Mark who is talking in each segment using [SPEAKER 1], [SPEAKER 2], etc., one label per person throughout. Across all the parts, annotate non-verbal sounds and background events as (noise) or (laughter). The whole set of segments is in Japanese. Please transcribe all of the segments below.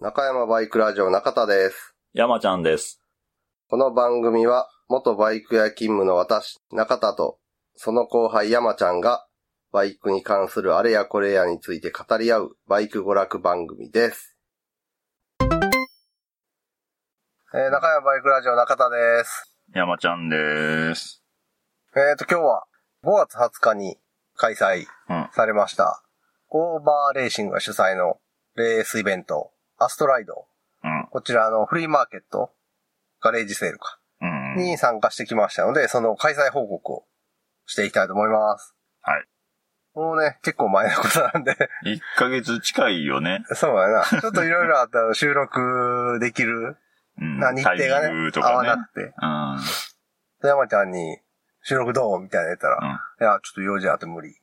[SPEAKER 1] 中山バイクラジオ中田です。
[SPEAKER 2] 山ちゃんです。
[SPEAKER 1] この番組は、元バイク屋勤務の私、中田と、その後輩山ちゃんが、バイクに関するあれやこれやについて語り合う、バイク娯楽番組です。えー中山バイクラジオ中田です。
[SPEAKER 2] 山ちゃんです。
[SPEAKER 1] えっ、と、今日は、5月20日に開催
[SPEAKER 2] うん。
[SPEAKER 1] されました、オーバーレーシングが主催のレースイベント、アストライド。
[SPEAKER 2] うん。
[SPEAKER 1] こちらあのフリーマーケット、ガレージセールか、
[SPEAKER 2] うん。
[SPEAKER 1] に参加してきましたので、その開催報告をしていきたいと思います。
[SPEAKER 2] はい。
[SPEAKER 1] もうね、結構前のことなんで、 (laughs)
[SPEAKER 2] 1ヶ月近いよね。
[SPEAKER 1] そうだ
[SPEAKER 2] (laughs)
[SPEAKER 1] な。ちょっといろいろあったら収録できる、
[SPEAKER 2] うん。
[SPEAKER 1] な日程が
[SPEAKER 2] タイミン
[SPEAKER 1] ね
[SPEAKER 2] グと
[SPEAKER 1] 合
[SPEAKER 2] か
[SPEAKER 1] わ
[SPEAKER 2] ね。
[SPEAKER 1] なくて、
[SPEAKER 2] うん。
[SPEAKER 1] 山ちゃんに収録どうみたいなの言ったら、いや、ちょっと用事あって
[SPEAKER 2] (laughs)
[SPEAKER 1] 無理。い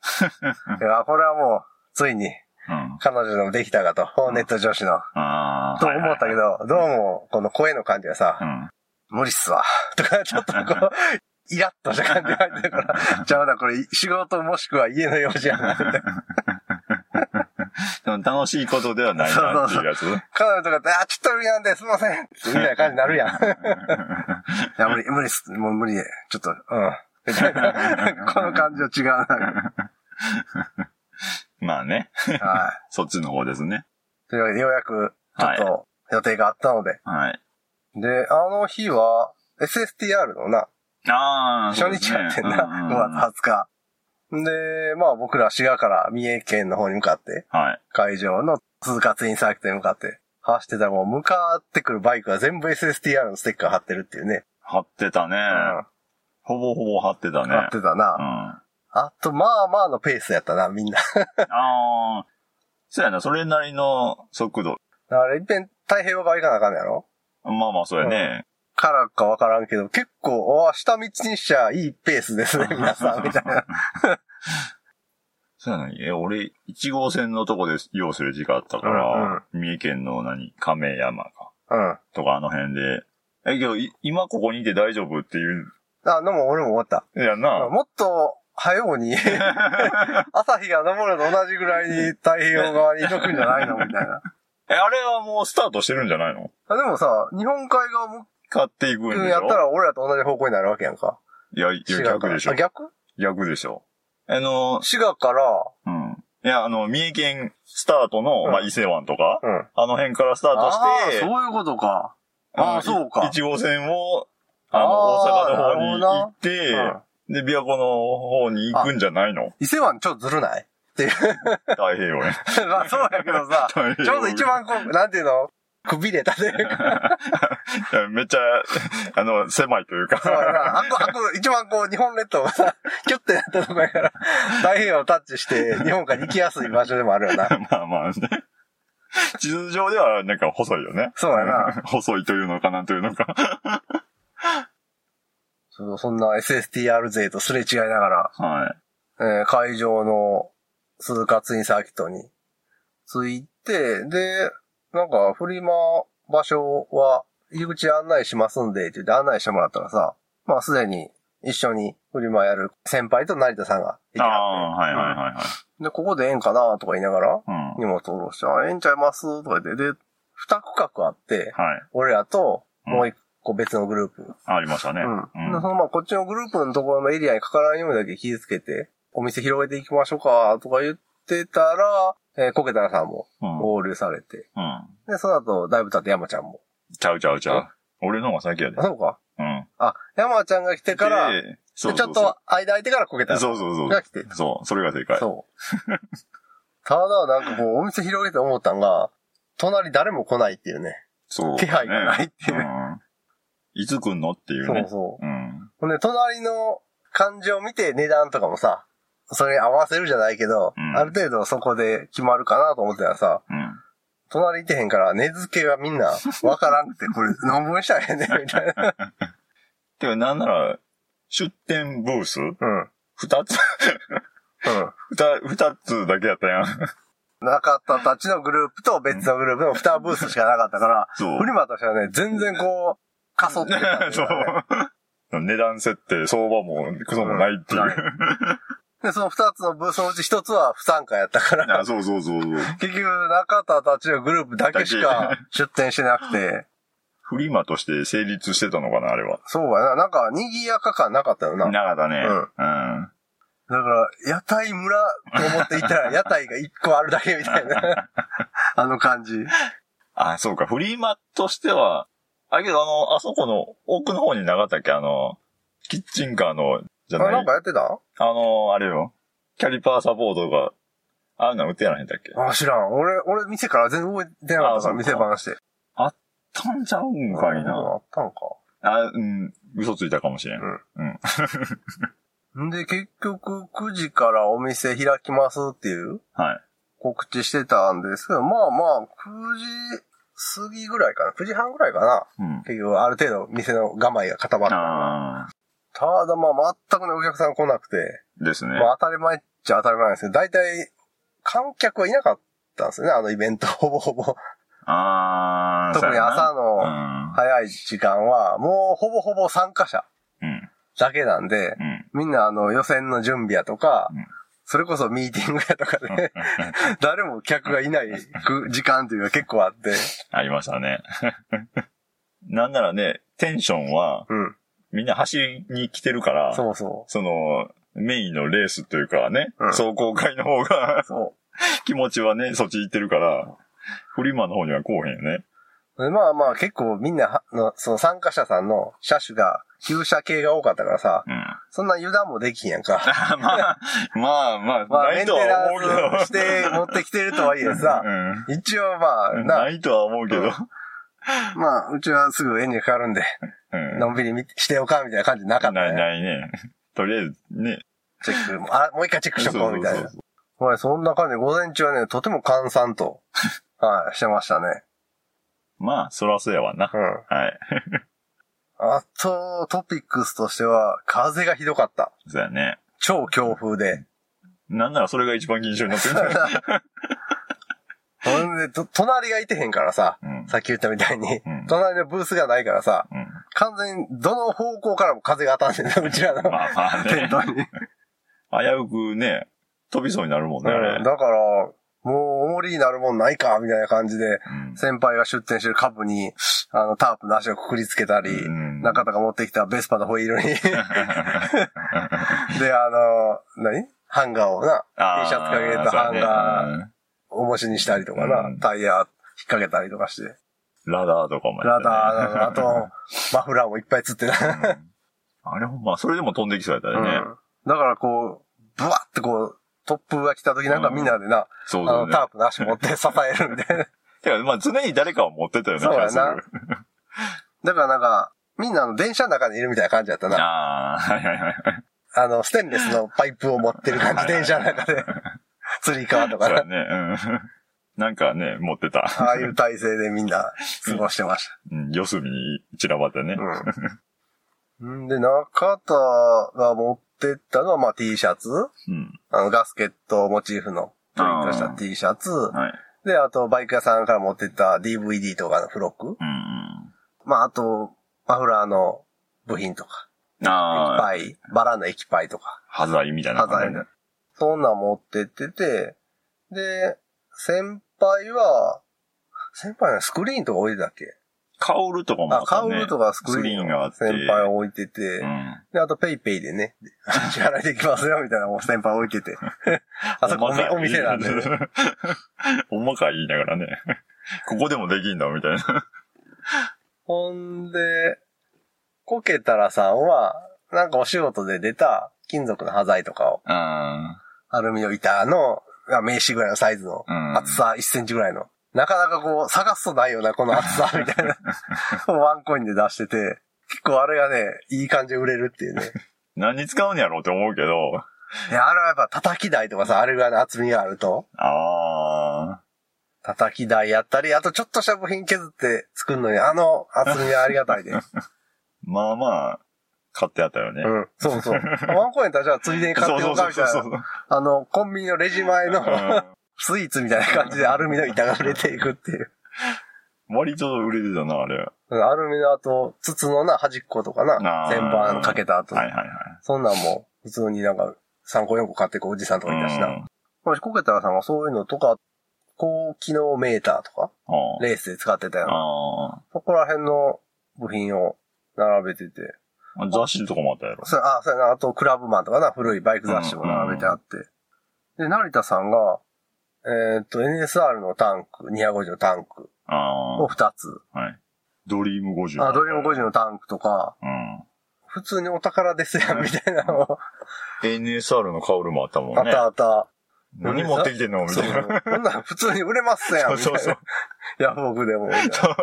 [SPEAKER 1] や、これはもう、ついに
[SPEAKER 2] うん。
[SPEAKER 1] 彼女でもできたかと、ネット女子の。
[SPEAKER 2] ああ。
[SPEAKER 1] と思ったけ
[SPEAKER 2] はい
[SPEAKER 1] ど、どうも、この声の感じがさ、
[SPEAKER 2] はいはい。
[SPEAKER 1] 無理っすわ。とか、ちょっとこう、イラッとした感じが入ってる (laughs) から、じゃあまだこれ仕事もしくは家の用事やな。
[SPEAKER 2] うん。でも楽しいことではないなっていうやつ。
[SPEAKER 1] 彼女とかって、あ、ちょっと無理なんですいませんみたいな感じにな (laughs) るやん。いや、無理、無理っす。もう無理で、ち (laughs) ょっと、うん。みたいな。この感じは違うな。
[SPEAKER 2] (laughs) まあね。
[SPEAKER 1] はい。
[SPEAKER 2] そっちの方ですね。
[SPEAKER 1] というわけで、ようやく、ちょっと、予定があったので。
[SPEAKER 2] はい。
[SPEAKER 1] で、あの日は、SSTR のな、
[SPEAKER 2] ああ。
[SPEAKER 1] 初日やってんな、
[SPEAKER 2] そうですねうんうんうん
[SPEAKER 1] 5月20日。で、まあ僕ら滋賀から三重県の方に向かって、
[SPEAKER 2] はい。
[SPEAKER 1] 会場の鈴鹿ツインサーキットに向かって走ってたらもう向かってくるバイクは全部 SSTR のステッカー貼ってるっていうね。
[SPEAKER 2] 貼ってたね。
[SPEAKER 1] うん
[SPEAKER 2] ほぼほぼ貼ってたね。
[SPEAKER 1] 貼ってた
[SPEAKER 2] う
[SPEAKER 1] な。
[SPEAKER 2] ん。
[SPEAKER 1] あと、まあまあのペースやったな、みんな。
[SPEAKER 2] ああ。そうやな、それなりの速度。
[SPEAKER 1] あれ、いっぺん太平洋側行かなあかんのやろ
[SPEAKER 2] まあまあ、そうやね。
[SPEAKER 1] からかわからんけど、結構、あ下道にしちゃいいペースですね、皆さん、みたいな。
[SPEAKER 2] そうやな、え、俺、1号線のとこで用する時間あったから、三重県の何、亀山か、
[SPEAKER 1] (laughs) うん。
[SPEAKER 2] とかあの辺で、え、けど、い今ここにいて大丈夫っていう、
[SPEAKER 1] あ、でも俺も思った。
[SPEAKER 2] やんな。
[SPEAKER 1] もっと、早う (laughs) に、朝日が昇るのと同じぐらいに太平洋側に行くんじゃないのみたいな。
[SPEAKER 2] え、あれはもうスタートしてるんじゃないの
[SPEAKER 1] あでもさ、日本海側向
[SPEAKER 2] 買っていくんでしょ
[SPEAKER 1] やったら俺らと同じ方向になるわけやんか。
[SPEAKER 2] いや、いや
[SPEAKER 1] 滋賀か
[SPEAKER 2] 逆
[SPEAKER 1] ら
[SPEAKER 2] でしょ
[SPEAKER 1] あ。逆
[SPEAKER 2] 逆でしょ。あの、
[SPEAKER 1] 滋賀から、
[SPEAKER 2] うん。いや、あの、三重県スタートの、
[SPEAKER 1] うん
[SPEAKER 2] まあ、伊勢湾とか、
[SPEAKER 1] うん。
[SPEAKER 2] あの辺からスタートして、
[SPEAKER 1] あーそういうことか。あー
[SPEAKER 2] の
[SPEAKER 1] そうか
[SPEAKER 2] い1号線を、あの、
[SPEAKER 1] あー
[SPEAKER 2] 大阪の方に行っ
[SPEAKER 1] う
[SPEAKER 2] て、
[SPEAKER 1] ん
[SPEAKER 2] で、琵琶湖の方に行くんじゃないの
[SPEAKER 1] 伊勢湾ちょっとずるない (laughs)
[SPEAKER 2] 太平洋へ。
[SPEAKER 1] まあそうやけど
[SPEAKER 2] (laughs)
[SPEAKER 1] さ、ち
[SPEAKER 2] 太平洋
[SPEAKER 1] ょうど一番こう、なんていうのくびれたというか、
[SPEAKER 2] いやめっちゃ、 (laughs) あの、狭いという (laughs)
[SPEAKER 1] そうや
[SPEAKER 2] か。
[SPEAKER 1] な。あっこ、あっこ、一番こう、日本列島がさ、 (laughs) キュッてなったとこや
[SPEAKER 2] (laughs)
[SPEAKER 1] から、太平洋をタッチして、日本から行きやすい場所でもあるよな。
[SPEAKER 2] まあまあね。地図上ではなんか細いよね。
[SPEAKER 1] そうやな。
[SPEAKER 2] (laughs) 細いというのかなんというのか。
[SPEAKER 1] そうそんな SSTR 勢とすれ違いながら、
[SPEAKER 2] は
[SPEAKER 1] えー会場の鈴鹿ツインサーキットに着いて、で、なんか、フリマ場所は入り口案内しますんで、って言って案内してもらったらさ、まあすでに一緒にフリマやる先輩と成田さんがい
[SPEAKER 2] い。
[SPEAKER 1] て
[SPEAKER 2] あ
[SPEAKER 1] は
[SPEAKER 2] あ、はいはい
[SPEAKER 1] っ
[SPEAKER 2] はいはい。
[SPEAKER 1] て。で、ここでええんかなとか言いながら、
[SPEAKER 2] うん。
[SPEAKER 1] 荷物下ろして、あええんちゃいますとか言って、で、二区画あって、
[SPEAKER 2] はい。
[SPEAKER 1] 俺らともう一個別のグループ。
[SPEAKER 2] ありましたね。
[SPEAKER 1] うん。
[SPEAKER 2] う
[SPEAKER 1] で
[SPEAKER 2] ん
[SPEAKER 1] そのまあ、こっちのグループのところのエリアにかからんようにだけ気をつけて、お店広げていきましょうか、とか言ってたら、えーコケタラさんも
[SPEAKER 2] うん
[SPEAKER 1] 合流されて、
[SPEAKER 2] うん。
[SPEAKER 1] で、その後、だいぶ経って山ちゃんも。
[SPEAKER 2] ちゃうちゃうちゃう。俺の方が先やで
[SPEAKER 1] あ、。そうか。
[SPEAKER 2] うん。
[SPEAKER 1] あ、山ちゃんが来てから、で、
[SPEAKER 2] で、
[SPEAKER 1] ち
[SPEAKER 2] そ
[SPEAKER 1] ょ
[SPEAKER 2] う
[SPEAKER 1] っ
[SPEAKER 2] そうそう
[SPEAKER 1] と間空いてからコケタラ
[SPEAKER 2] そうそうそう。
[SPEAKER 1] が来て。
[SPEAKER 2] そう、それが正解。
[SPEAKER 1] そう。ただ、なんかこう、お店広げて思ったんが、隣誰も来ないっていうね。
[SPEAKER 2] そう。
[SPEAKER 1] 気配がないっていう
[SPEAKER 2] ねうんいつ来んのっていう
[SPEAKER 1] そう
[SPEAKER 2] ね。
[SPEAKER 1] そう。
[SPEAKER 2] うん。
[SPEAKER 1] ほんで、隣の感じを見て値段とかもさ、それに合わせるじゃないけど、
[SPEAKER 2] うん
[SPEAKER 1] ある程度そこで決まるかなと思ってたらさ、
[SPEAKER 2] うん。
[SPEAKER 1] 隣いてへんから値付けがみんなわからんくて、これ何分したらええねんみた
[SPEAKER 2] (laughs)
[SPEAKER 1] いな。
[SPEAKER 2] てか、なんなら、出店ブース
[SPEAKER 1] うん。うん。
[SPEAKER 2] 二つ (laughs) 二、二つだけやったやん。
[SPEAKER 1] 中田たちのグループと別のグループの2ブースしかなかったから、
[SPEAKER 2] そう
[SPEAKER 1] フリマとしてはね、全然こう、かそってた
[SPEAKER 2] (laughs)
[SPEAKER 1] っていかね
[SPEAKER 2] そう。値段設定、相場も、クソもないっていう。
[SPEAKER 1] うんなで、その二つのブースのうち一つは不参加やったから、
[SPEAKER 2] (laughs) あそうそうそうそう。
[SPEAKER 1] 結局中田たちのグループだけしか出店してなく
[SPEAKER 2] (laughs)
[SPEAKER 1] て、
[SPEAKER 2] フリマとして成立してたのかな、あれは。
[SPEAKER 1] そうやな、なんか賑やか感なかったよな。だか
[SPEAKER 2] なかったね。うん。
[SPEAKER 1] ら、屋台村と思って行った (laughs) ら屋台が一個あるだけみたい (laughs) な、あの感じ。
[SPEAKER 2] あ、そうか、フリマとしては、あ、けどあの、あそこの奥の方になかったっけあの、キッチンカーの、じ
[SPEAKER 1] あ、
[SPEAKER 2] ゃない
[SPEAKER 1] なんかやってた
[SPEAKER 2] あの、あれよ。キャリパーサポートが、あんなん売ってやらへんだっけ
[SPEAKER 1] あ、知らん。俺、俺店から全然覚えてなか
[SPEAKER 2] あ
[SPEAKER 1] った
[SPEAKER 2] そ
[SPEAKER 1] か
[SPEAKER 2] う
[SPEAKER 1] ら、
[SPEAKER 2] か
[SPEAKER 1] 店話して。
[SPEAKER 2] たんちゃうん
[SPEAKER 1] あ
[SPEAKER 2] かいな。
[SPEAKER 1] あったのか。
[SPEAKER 2] あ、うん、嘘ついたかもしれん。
[SPEAKER 1] んで、結局9時からお店開きますっていう
[SPEAKER 2] はい。
[SPEAKER 1] 告知してたんですけど、まあまあ、9時過ぎぐらいかな。9時半ぐらいかな。
[SPEAKER 2] うん。
[SPEAKER 1] 結局、ある程度店の構えが固まった。
[SPEAKER 2] あ
[SPEAKER 1] ただまあ、全くね、お客さん来なくて、
[SPEAKER 2] ーですね。
[SPEAKER 1] (laughs) まあ当たり前っちゃ当たり前なんですけど、大体、観客はいなかったんですよね、あのイベント、 (laughs) ほぼほぼ。
[SPEAKER 2] あー、
[SPEAKER 1] 特に朝
[SPEAKER 2] そう
[SPEAKER 1] の
[SPEAKER 2] や
[SPEAKER 1] 早い時間は、もうほぼほぼ参加者
[SPEAKER 2] なうん。
[SPEAKER 1] だけなんで、
[SPEAKER 2] うん。うん。
[SPEAKER 1] みんなあの予選の準備やとか、
[SPEAKER 2] うん
[SPEAKER 1] それこそミーティングやとかで、 (laughs) 誰も客がいないく時間というのが結構あって、
[SPEAKER 2] ありましたね。 (laughs) なんならね、テンションは、
[SPEAKER 1] うん。
[SPEAKER 2] みんな走りに来てるから、
[SPEAKER 1] そうそ
[SPEAKER 2] その、メインのレースというかね、
[SPEAKER 1] うん
[SPEAKER 2] 走行会の方が (laughs)
[SPEAKER 1] う。そ
[SPEAKER 2] 気持ちはね、そっち行ってるから、フリマの方にはこうへんよね。
[SPEAKER 1] う。でまあまあ結構みんなはの、その参加者さんの車種が、旧車系が多かったからさ、
[SPEAKER 2] うん。
[SPEAKER 1] そんな油断もできひんやんか。
[SPEAKER 2] (laughs) まあ、まあ、まあ、
[SPEAKER 1] (laughs) まあ
[SPEAKER 2] な
[SPEAKER 1] メ
[SPEAKER 2] い
[SPEAKER 1] ンテ
[SPEAKER 2] とは思うけど。
[SPEAKER 1] ナンスして持ってきてるとはいえさ、一応ま
[SPEAKER 2] (laughs) う
[SPEAKER 1] あ、
[SPEAKER 2] ん。
[SPEAKER 1] な
[SPEAKER 2] な、いとは思うけど。
[SPEAKER 1] まあ、うちはすぐ絵にかかるんで、
[SPEAKER 2] うん。
[SPEAKER 1] のんびり見てしてようか、みたいな感じなかった、
[SPEAKER 2] ない、
[SPEAKER 1] ね。
[SPEAKER 2] ないね。とりあえず、ね。
[SPEAKER 1] チェックも、あ、もう一回チェックしとこう、みたい
[SPEAKER 2] そう
[SPEAKER 1] な
[SPEAKER 2] そう。
[SPEAKER 1] はい、そんな感じで、午前中はね、とても閑散
[SPEAKER 2] (laughs)
[SPEAKER 1] と、はい、してましたね。
[SPEAKER 2] まあ、そらそうやわな。
[SPEAKER 1] うん。
[SPEAKER 2] はい。
[SPEAKER 1] あと、トピックスとしては、風がひどかった。
[SPEAKER 2] そうやね。
[SPEAKER 1] 超強風で。
[SPEAKER 2] なんならそれが一番緊張になってる。
[SPEAKER 1] (laughs) ほんで、と隣がいてへんからさ、
[SPEAKER 2] うん。
[SPEAKER 1] さっき言ったみたいに、
[SPEAKER 2] うん
[SPEAKER 1] 隣のブースがないからさ、
[SPEAKER 2] うん。
[SPEAKER 1] 完全にどの方向からも風が当たんねんな、うちらの
[SPEAKER 2] まあまあ
[SPEAKER 1] テ (laughs) ン
[SPEAKER 2] (laughs) ね。
[SPEAKER 1] トに。
[SPEAKER 2] 危うくね、飛びそうになるもんね、あれ。
[SPEAKER 1] うんだから、もう、おもりになるもんないか、みたいな感じで、
[SPEAKER 2] うん
[SPEAKER 1] 先輩が出店してる株に、あの、タープの足をくくりつけたり、
[SPEAKER 2] うん
[SPEAKER 1] 中田が持ってきたベスパのホイールに、で、あの、何ハンガーをな、
[SPEAKER 2] あー
[SPEAKER 1] T シャツかけたハン
[SPEAKER 2] そうや
[SPEAKER 1] ガー、
[SPEAKER 2] ね
[SPEAKER 1] 重しにしたりとかな、
[SPEAKER 2] うん
[SPEAKER 1] タイヤ引っ掛けたりとかして、
[SPEAKER 2] うんラダーとかもや
[SPEAKER 1] ラ
[SPEAKER 2] ったね
[SPEAKER 1] ダー、あと、マフラーもいっぱいつってな。
[SPEAKER 2] うんあれほんま、それでも飛んできそうやった
[SPEAKER 1] う
[SPEAKER 2] よ
[SPEAKER 1] ん
[SPEAKER 2] ね。
[SPEAKER 1] だからこう、ブワってこう、突風が来た時なんかみんなでな、
[SPEAKER 2] そ
[SPEAKER 1] あ
[SPEAKER 2] うそう
[SPEAKER 1] の、
[SPEAKER 2] ね
[SPEAKER 1] タ。ープの足持って支えるみたいな。
[SPEAKER 2] てか、まあ常に誰かを持ってたよね、
[SPEAKER 1] そうやな
[SPEAKER 2] 気がする
[SPEAKER 1] だからなんか、みんなあの電車の中にいるみたいな感じだったな。
[SPEAKER 2] ああ、はいはいはい。
[SPEAKER 1] あの、ステンレスのパイプを持ってる感じ、電車の中
[SPEAKER 2] (laughs)
[SPEAKER 1] で。釣り革とか
[SPEAKER 2] そうや
[SPEAKER 1] な。
[SPEAKER 2] ね。うん。なんかね、持ってた。
[SPEAKER 1] ああいう体勢でみんな過ごしてまし
[SPEAKER 2] うん四隅に散らばってね。 (laughs)
[SPEAKER 1] た。うん。んで、中田が持ってったのは、まあ T シャツ
[SPEAKER 2] うん。
[SPEAKER 1] あの、ガスケットをモチーフのプリントした T シャツ。
[SPEAKER 2] はい。
[SPEAKER 1] で、あと、バイク屋さんから持ってった DVD とかの付録。
[SPEAKER 2] うん。
[SPEAKER 1] まあ、あと、マフラーの部品とか、液
[SPEAKER 2] ああ、
[SPEAKER 1] パイ、バラの液パイとか。
[SPEAKER 2] 端材みたいな
[SPEAKER 1] ハ
[SPEAKER 2] 感
[SPEAKER 1] ザ
[SPEAKER 2] じ
[SPEAKER 1] エル。そんなん持ってってて、で、先輩は、先輩はスクリーンとか置いてたっけ
[SPEAKER 2] カウルとかも
[SPEAKER 1] あ、
[SPEAKER 2] った
[SPEAKER 1] カ
[SPEAKER 2] ね
[SPEAKER 1] ウルとかスクリーン
[SPEAKER 2] があ
[SPEAKER 1] が
[SPEAKER 2] って。
[SPEAKER 1] 先輩置いてて、
[SPEAKER 2] うん。
[SPEAKER 1] で、あとペイペイでね、 (laughs) 支払いできますよみたいなのを先輩置いて
[SPEAKER 2] (laughs)
[SPEAKER 1] て。あそこおみお店なんで。ね。
[SPEAKER 2] おまかい言いながらね。ここでもできんだ、みたいな。
[SPEAKER 1] ほんで、コケタラさんは、なんかお仕事で出た金属の端材とかを、
[SPEAKER 2] あ
[SPEAKER 1] アルミの板の、まあ名刺ぐらいのサイズの
[SPEAKER 2] あ。うん。
[SPEAKER 1] 厚さ1センチぐらいの。なかなかこう、探すとないよな、この厚さ、みたい
[SPEAKER 2] (laughs)
[SPEAKER 1] な。ワンコインで出してて、結構あれがね、いい感じで売れるっていうね。
[SPEAKER 2] 何に使うんやろうって思うけど。
[SPEAKER 1] いや、あれはやっぱ叩き台とかさ、あれぐらいの厚みがあると、
[SPEAKER 2] ああ。
[SPEAKER 1] 叩き台やったり、あとちょっとした部品削って作るのに、あの厚みはありがたい
[SPEAKER 2] (laughs)
[SPEAKER 1] で。う
[SPEAKER 2] まあまあ、買ってあったよね。
[SPEAKER 1] ん。そうそう。ワンコインだったらついでに買っておこうか、みたいな。
[SPEAKER 2] う。
[SPEAKER 1] あの、コンビニのレジ前
[SPEAKER 2] (laughs)
[SPEAKER 1] のスイーツみたいな感じでアルミの板が売れていくっていう。
[SPEAKER 2] うん割と売れてたな、あれ。は
[SPEAKER 1] うんアルミの後、筒のな、端っことかな
[SPEAKER 2] あ、ー
[SPEAKER 1] 旋盤かけた後
[SPEAKER 2] い
[SPEAKER 1] の
[SPEAKER 2] はいはい。
[SPEAKER 1] そんなんも、普通になんか、 3個4個買ってくおじさんと
[SPEAKER 2] う
[SPEAKER 1] かい
[SPEAKER 2] ん。
[SPEAKER 1] たしな。
[SPEAKER 2] うん
[SPEAKER 1] もしコケタラさんがそういうのとか、高機能メーターとか、レースで使ってたような。
[SPEAKER 2] あ
[SPEAKER 1] そこら辺の部品を並べてて。
[SPEAKER 2] あ。雑誌とかもあったやろ。
[SPEAKER 1] それあ、それな、あとクラブマンとかな、古いバイク雑誌も並べてあって。で、成田さんが、えーっと、NSR のタンク、250のタンク
[SPEAKER 2] あ
[SPEAKER 1] を2つ。
[SPEAKER 2] あ。はい。ドリーム50。
[SPEAKER 1] あ、ドリーム50のタンクとか、
[SPEAKER 2] うん。
[SPEAKER 1] 普通にお宝ですやん、みたいなのを、
[SPEAKER 2] NSR のカウルもあったもん
[SPEAKER 1] あっ
[SPEAKER 2] ね。
[SPEAKER 1] たあった。
[SPEAKER 2] 何持ってきてんのみ
[SPEAKER 1] そう。
[SPEAKER 2] たいな。
[SPEAKER 1] こんなん普通に売れますやん、みたい
[SPEAKER 2] そうそう
[SPEAKER 1] な。ヤフオクでも。みたいな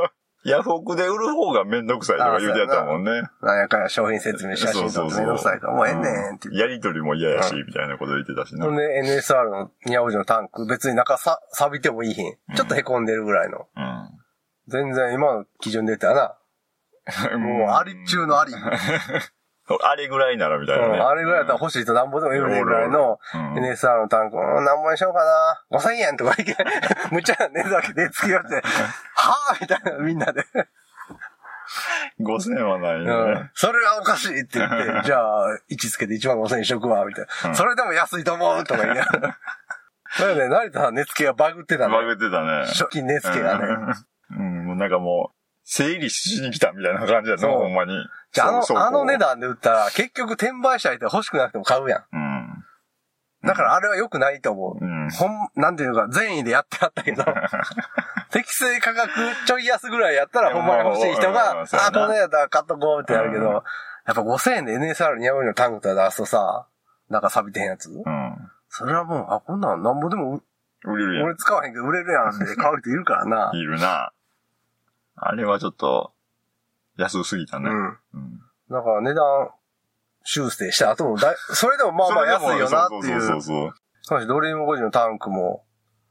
[SPEAKER 2] ヤフオクで売る方がめんどくさいとか言うてやったもんね。
[SPEAKER 1] なんやかんや商品説明、写真撮ってめんどくさいから、もうええねんって言って。
[SPEAKER 2] やりとりも嫌やし、みたいなこと言ってたしな。
[SPEAKER 1] ほ
[SPEAKER 2] うんん。
[SPEAKER 1] で NSR のニャオジのタンク、別に中さ、錆びてもいいひん。ちょっと凹んでるぐらいの。全然今の基準で言ったらな。もうあり中のあり。うん
[SPEAKER 2] あれぐらいならみたいなね。
[SPEAKER 1] あれぐらいだったら欲しい人なんぼでもいるぐらいの
[SPEAKER 2] うん、
[SPEAKER 1] NSR のタンク、うん、何本にしようかな。5000円とかいけ。 (laughs) むちゃな値段で付き合って、はぁみたいな、みんなで。
[SPEAKER 2] 5000はないうよ
[SPEAKER 1] ん
[SPEAKER 2] ね。。
[SPEAKER 1] (laughs) それはおかしいって言
[SPEAKER 2] (laughs)
[SPEAKER 1] って、じゃあ、位置つけて1万5000円食わ、みたいうな。
[SPEAKER 2] ん
[SPEAKER 1] それでも安いと思うとか言いなが
[SPEAKER 2] (laughs)
[SPEAKER 1] ら。それでね、成田さん値付けがバグってたね
[SPEAKER 2] バ。グってたね。
[SPEAKER 1] 初期値付けがね。
[SPEAKER 2] うん。うんもうなんかもう、整理しに来たみたいな感じやな、
[SPEAKER 1] そう
[SPEAKER 2] ほんまに。
[SPEAKER 1] じゃあ、あ
[SPEAKER 2] そう
[SPEAKER 1] の、あの値。段で売ったら、結局転売者いて欲しくなくても買うやん。
[SPEAKER 2] そう
[SPEAKER 1] だからあれは良くないと思う。
[SPEAKER 2] うん。うん。
[SPEAKER 1] ほん、なんていうか、善意でやってあったけ
[SPEAKER 2] (laughs)
[SPEAKER 1] ど、適正価格ちょい安ぐらいやったら、ほんまに欲しい人
[SPEAKER 2] うん
[SPEAKER 1] が、あ、
[SPEAKER 2] そうや
[SPEAKER 1] こ
[SPEAKER 2] な
[SPEAKER 1] の値段だったら買っとこうってなるけど、
[SPEAKER 2] うん
[SPEAKER 1] やっぱ5000円で NSR250 のタンクとか出すとさ、なんか錆びてへんやつ
[SPEAKER 2] う
[SPEAKER 1] それはもう、あ、こんなんなんぼでも、
[SPEAKER 2] ん。売れるやん
[SPEAKER 1] 俺。使わへんけど売れるや
[SPEAKER 2] (laughs)
[SPEAKER 1] んって買う人いるからな。
[SPEAKER 2] いるな。あれはちょっと、安すぎた
[SPEAKER 1] う
[SPEAKER 2] ね。
[SPEAKER 1] ん。
[SPEAKER 2] うん。
[SPEAKER 1] だから値段、修正した後もだい、それでもまあまあ安いよなってい
[SPEAKER 2] (laughs) そうそう
[SPEAKER 1] う。
[SPEAKER 2] そうそう。
[SPEAKER 1] そうし、ドリーム5時のタンクも、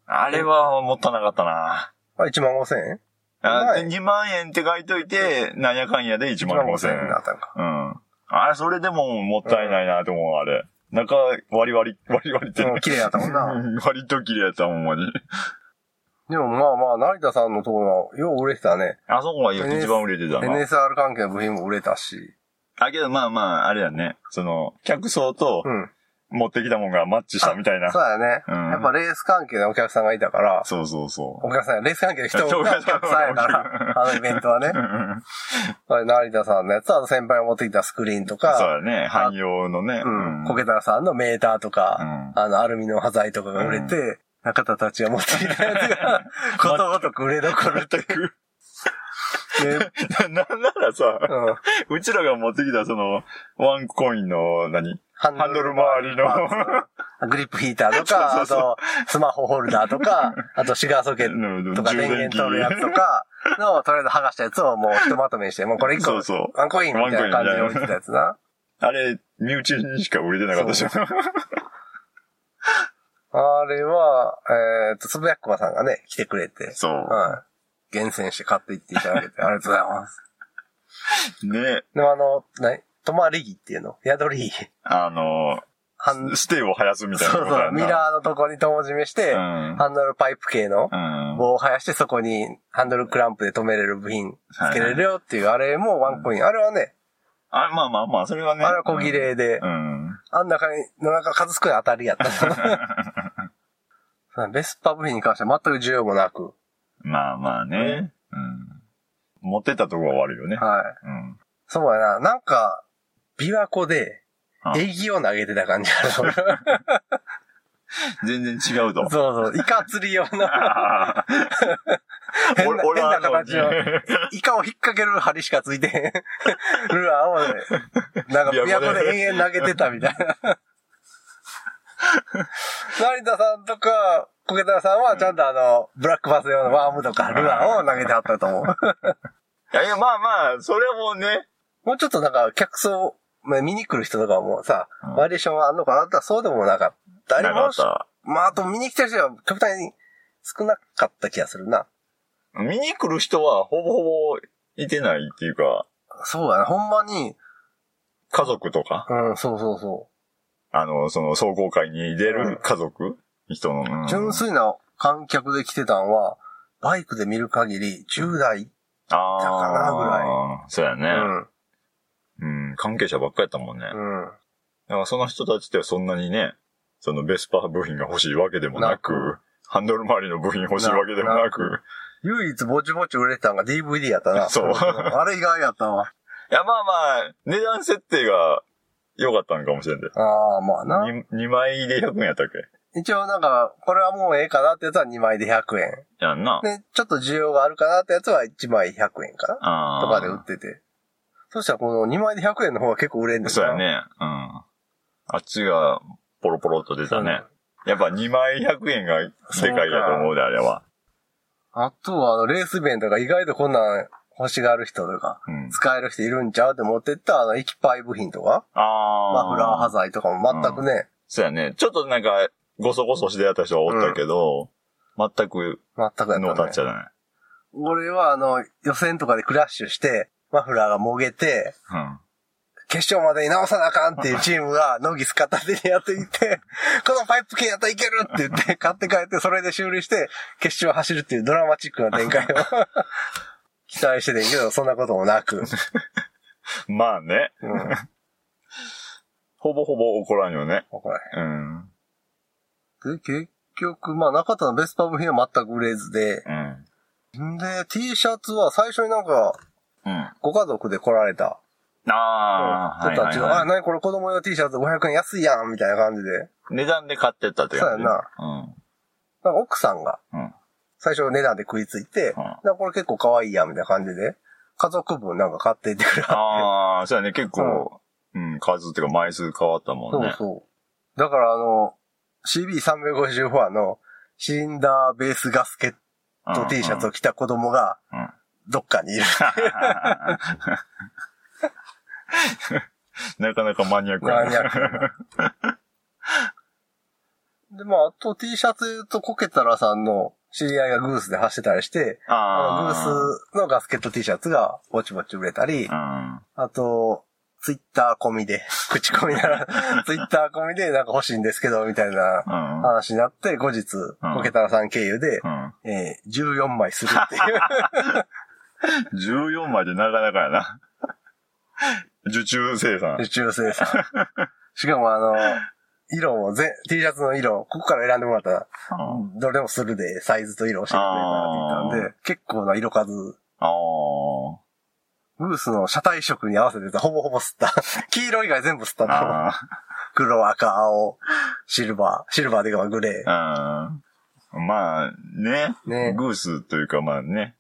[SPEAKER 2] あれはもったいなかったな。
[SPEAKER 1] あ、1万5千円
[SPEAKER 2] あ
[SPEAKER 1] は
[SPEAKER 2] で
[SPEAKER 1] い
[SPEAKER 2] 2万円って書いといて、なんやかんやで1
[SPEAKER 1] ?1
[SPEAKER 2] 万5千円。
[SPEAKER 1] だったのか。
[SPEAKER 2] うん。あれ、それでももったいないなと思う、あれ。中、割り割り、割り割りってね
[SPEAKER 1] うん綺麗やったもんな
[SPEAKER 2] うん (laughs) 割と綺麗やった、ほんまに。
[SPEAKER 1] でもまあまあ、成田さんのところは、よう売れてたね。
[SPEAKER 2] あそこが
[SPEAKER 1] NS
[SPEAKER 2] 一番売れてたな。
[SPEAKER 1] NSR 関係の部品も売れたし。
[SPEAKER 2] あ、けどまあまあ、あれやね。その、客層と
[SPEAKER 1] うん。
[SPEAKER 2] 持ってきたもんがマッチしたみたいな
[SPEAKER 1] そう。だね。
[SPEAKER 2] うん
[SPEAKER 1] やっぱレース関係のお客さんがいたから、
[SPEAKER 2] そうそうそう。
[SPEAKER 1] お客さんや、レース関係の人がお客さんやから、あのイベントはね
[SPEAKER 2] (laughs) う。ん
[SPEAKER 1] あれ成田さんのやつは、先輩が持ってきたスクリーンと
[SPEAKER 2] そう
[SPEAKER 1] か、
[SPEAKER 2] だね。汎用のね。
[SPEAKER 1] うん。コ
[SPEAKER 2] け
[SPEAKER 1] ケタラさんのメーターと
[SPEAKER 2] う
[SPEAKER 1] か、
[SPEAKER 2] ん。
[SPEAKER 1] あの、アルミの端材とかが売れて、中田たちが持ってきたやつが、ことごとく売れ残るって
[SPEAKER 2] 全く。 (laughs)
[SPEAKER 1] いう。
[SPEAKER 2] なんならさ、
[SPEAKER 1] うん。
[SPEAKER 2] うちらが持ってきたその、ワンコインの何、
[SPEAKER 1] ハ
[SPEAKER 2] ハンドル周りの
[SPEAKER 1] パーツグリップヒーターとか、
[SPEAKER 2] (laughs) そうそうそう
[SPEAKER 1] あと、スマホホルダーとか、あとシガーソケッ
[SPEAKER 2] うん
[SPEAKER 1] トと
[SPEAKER 2] (laughs)
[SPEAKER 1] か電源取るやつとか、の、とりあえず剥がしたやつをもうひとまとめにして、もうこれ一個、
[SPEAKER 2] そうそう
[SPEAKER 1] ワンコインみたいな感じで置いてたやつな。
[SPEAKER 2] あれ、身内にしか売れてなかったじゃん。
[SPEAKER 1] あれは、えっ、と、つぶやっこばさんがね、来てくれて、
[SPEAKER 2] そう。
[SPEAKER 1] はい。厳選して買っていっていただけて、ありがとうございます。
[SPEAKER 2] ね、
[SPEAKER 1] でもあの、何泊まり木っていうの宿り木。
[SPEAKER 2] あの、
[SPEAKER 1] ハン
[SPEAKER 2] ステイを生やすみたいな
[SPEAKER 1] そう
[SPEAKER 2] こと
[SPEAKER 1] そ
[SPEAKER 2] や
[SPEAKER 1] う、ミ
[SPEAKER 2] な。
[SPEAKER 1] ラーのとこに灯締めして、
[SPEAKER 2] うん
[SPEAKER 1] ハンドルパイプ系の、
[SPEAKER 2] うん。
[SPEAKER 1] 棒を生やしてそこにハンドルクランプで止めれる部品
[SPEAKER 2] はい
[SPEAKER 1] つけれるよっていうあれもワンコイン。あれはね、
[SPEAKER 2] あまあまあまあ、それは
[SPEAKER 1] あ
[SPEAKER 2] ね。
[SPEAKER 1] れは小切れで
[SPEAKER 2] う、ん。
[SPEAKER 1] あん中に、の中数少ない当たりやった。
[SPEAKER 2] (laughs)
[SPEAKER 1] ベスパ部品に関しては全く需要もなく。
[SPEAKER 2] まあまあね。うん。持ってったとこは悪いよね。
[SPEAKER 1] はい。
[SPEAKER 2] うん。
[SPEAKER 1] そうやな。なんか、琵琶湖で
[SPEAKER 2] あ、
[SPEAKER 1] エギを投げてた感じある
[SPEAKER 2] 全然違うと。
[SPEAKER 1] (laughs) そうそう。イカ釣り用の、
[SPEAKER 2] あー
[SPEAKER 1] 変な
[SPEAKER 2] 俺俺はあ
[SPEAKER 1] 変な形
[SPEAKER 2] (laughs)
[SPEAKER 1] のイカを引っ掛ける針しかついてへ
[SPEAKER 2] (laughs)
[SPEAKER 1] ん。ルアーをね、なんか琵琶湖で延々投げてたみたいな。成田さんとか、コケタラさんはちゃんとあの、ブラックバス用のワームとかルアーを投げてあったと
[SPEAKER 2] (laughs)
[SPEAKER 1] 思う。
[SPEAKER 2] いやいや、まあまあ、それもね。
[SPEAKER 1] もうちょっとなんか客層、まあ見に来る人とかもさ
[SPEAKER 2] うん、
[SPEAKER 1] バリエーションはあんのかなって言ったらそうでもなかった。あれ
[SPEAKER 2] なか
[SPEAKER 1] も
[SPEAKER 2] っ、た。
[SPEAKER 1] まああと見に来てる人は極端に少なかった気がするな。
[SPEAKER 2] 見に来る人は、ほぼほぼ、いてないっていうか、
[SPEAKER 1] そうやな、ほんまに、
[SPEAKER 2] 家族とか、
[SPEAKER 1] うん、そうそうそう。
[SPEAKER 2] あの、その、総合会に出る家族、人の、うん
[SPEAKER 1] 純粋な観客で来てたんは、バイクで見る限り10代。
[SPEAKER 2] あ
[SPEAKER 1] だかなぐら
[SPEAKER 2] い。そうや
[SPEAKER 1] う
[SPEAKER 2] ね、
[SPEAKER 1] ん。
[SPEAKER 2] うん。関係者ばっかりやったもんね。
[SPEAKER 1] うん。
[SPEAKER 2] だからその人たちってそんなにね、そのベスパー部品が欲しいわけでもなく、
[SPEAKER 1] な
[SPEAKER 2] ハンドル周りの部品欲しいわけでもなく、
[SPEAKER 1] な唯一ぼちぼち売れたんが DVD やったな。
[SPEAKER 2] そう
[SPEAKER 1] あれ以外やったわ。
[SPEAKER 2] いや、まあまあ、値段設定が良かったのかもしれんで。
[SPEAKER 1] ああ、まあな。
[SPEAKER 2] 2, 2枚で100円やったっけ
[SPEAKER 1] 一応なんか、これはもうええかなってやつは2枚で100円。
[SPEAKER 2] やんな。
[SPEAKER 1] で、ちょっと需要があるかなってやつは1枚100円か
[SPEAKER 2] あ
[SPEAKER 1] な
[SPEAKER 2] あ。
[SPEAKER 1] とかで売ってて。そしたらこの2枚で100円の方が結構売れんねんな
[SPEAKER 2] そうや。ね。うん。あっちがポロポロっと出たね。やっぱ2枚100円がでかいやと思うで、あれは。
[SPEAKER 1] あとは、あの、レース弁とか意外とこんなん欲しがある人とか、
[SPEAKER 2] うん。
[SPEAKER 1] 使える人いるんちゃうって持ってった、あの、液パイ部品とか、
[SPEAKER 2] ああ。
[SPEAKER 1] マフラー端材とかも全くね、
[SPEAKER 2] そうやね。ちょっとなんか、ごそごそしてやった人はおったけど、全く
[SPEAKER 1] 全くや
[SPEAKER 2] ノータッ
[SPEAKER 1] った
[SPEAKER 2] チ
[SPEAKER 1] ね。
[SPEAKER 2] やだね。
[SPEAKER 1] 俺は、あの、予選とかでクラッシュして、マフラーがもげて、
[SPEAKER 2] うん。
[SPEAKER 1] 決勝までに直さなあかんっていうチームが、ノギス片手にやっていて、このパイプ系やったらいけるって言って、買って帰って、それで修理して、決勝を走るっていうドラマチックな展開を期待しててんけど、そんなこともなく。
[SPEAKER 2] まあね。
[SPEAKER 1] うん。
[SPEAKER 2] ほぼほぼ怒らんよね。
[SPEAKER 1] 怒ら
[SPEAKER 2] うん。うん。
[SPEAKER 1] へんで、結局、まあ、中田のベスパ部品は全く売れずで、んで、T シャツは最初になんか、
[SPEAKER 2] うん。
[SPEAKER 1] ご家族で来られた
[SPEAKER 2] ああ、
[SPEAKER 1] 人たちが、あ、
[SPEAKER 2] はい。
[SPEAKER 1] 何これ子供用 T シャツ500円安いやんみたいな感じで、
[SPEAKER 2] 値段で買ってったって感じ。
[SPEAKER 1] そうやなんか奥さんが、
[SPEAKER 2] うん。うん。
[SPEAKER 1] 最初値段で食いついて、
[SPEAKER 2] う
[SPEAKER 1] だ
[SPEAKER 2] ん
[SPEAKER 1] からこれ結構可愛いや、みたいな感じで、家族分なんか買っていってくれはっ
[SPEAKER 2] ああ、そうやね。結構、うん、数っていうか枚数変わったも
[SPEAKER 1] て。
[SPEAKER 2] んね。
[SPEAKER 1] そうそう。だからあの、CB350 フォアのシンダーベースガスケッ
[SPEAKER 2] うん
[SPEAKER 1] ト T シャツを着た子供が
[SPEAKER 2] うん、
[SPEAKER 1] どっかにいる。 (laughs)
[SPEAKER 2] (laughs) なかなかマニアック
[SPEAKER 1] マニア
[SPEAKER 2] や
[SPEAKER 1] ッ
[SPEAKER 2] な
[SPEAKER 1] クなで、まあ、あと T シャツ言うとコケタラさんの知り合いがグースで走ってたりして、あのグ
[SPEAKER 2] あ
[SPEAKER 1] ースのガスケット T シャツがぼちぼち売れたり、
[SPEAKER 2] ー。
[SPEAKER 1] あと、ツイッター込みで、 (laughs) 口コミな
[SPEAKER 2] (laughs)
[SPEAKER 1] ら、ツイッター込みでなんか欲しいんですけど、みたいな
[SPEAKER 2] うん。うん。
[SPEAKER 1] 話になって、後日、
[SPEAKER 2] ん
[SPEAKER 1] コケタラさん経由で、
[SPEAKER 2] うん。
[SPEAKER 1] えー、14枚する
[SPEAKER 2] (laughs)
[SPEAKER 1] っていう。
[SPEAKER 2] 14枚でなかなかやな。受注生産。
[SPEAKER 1] 受注生産。しかもあの、色も全、T シャツの色、ここから選んでもらったら、
[SPEAKER 2] うん
[SPEAKER 1] どれもするで、サイズと色を教えてくれたって言ったんで、結構な色数、
[SPEAKER 2] あ
[SPEAKER 1] グースの車体色に合わせてた、ほぼほぼ吸った。 (laughs) 黄色以外全部吸った
[SPEAKER 2] あ。
[SPEAKER 1] と思う。
[SPEAKER 2] あ
[SPEAKER 1] 黒、赤、青、シルバー、シルバーでかまあグレ
[SPEAKER 2] あ。うん。まあ、ね。
[SPEAKER 1] ー。ね。
[SPEAKER 2] グースというかまあね。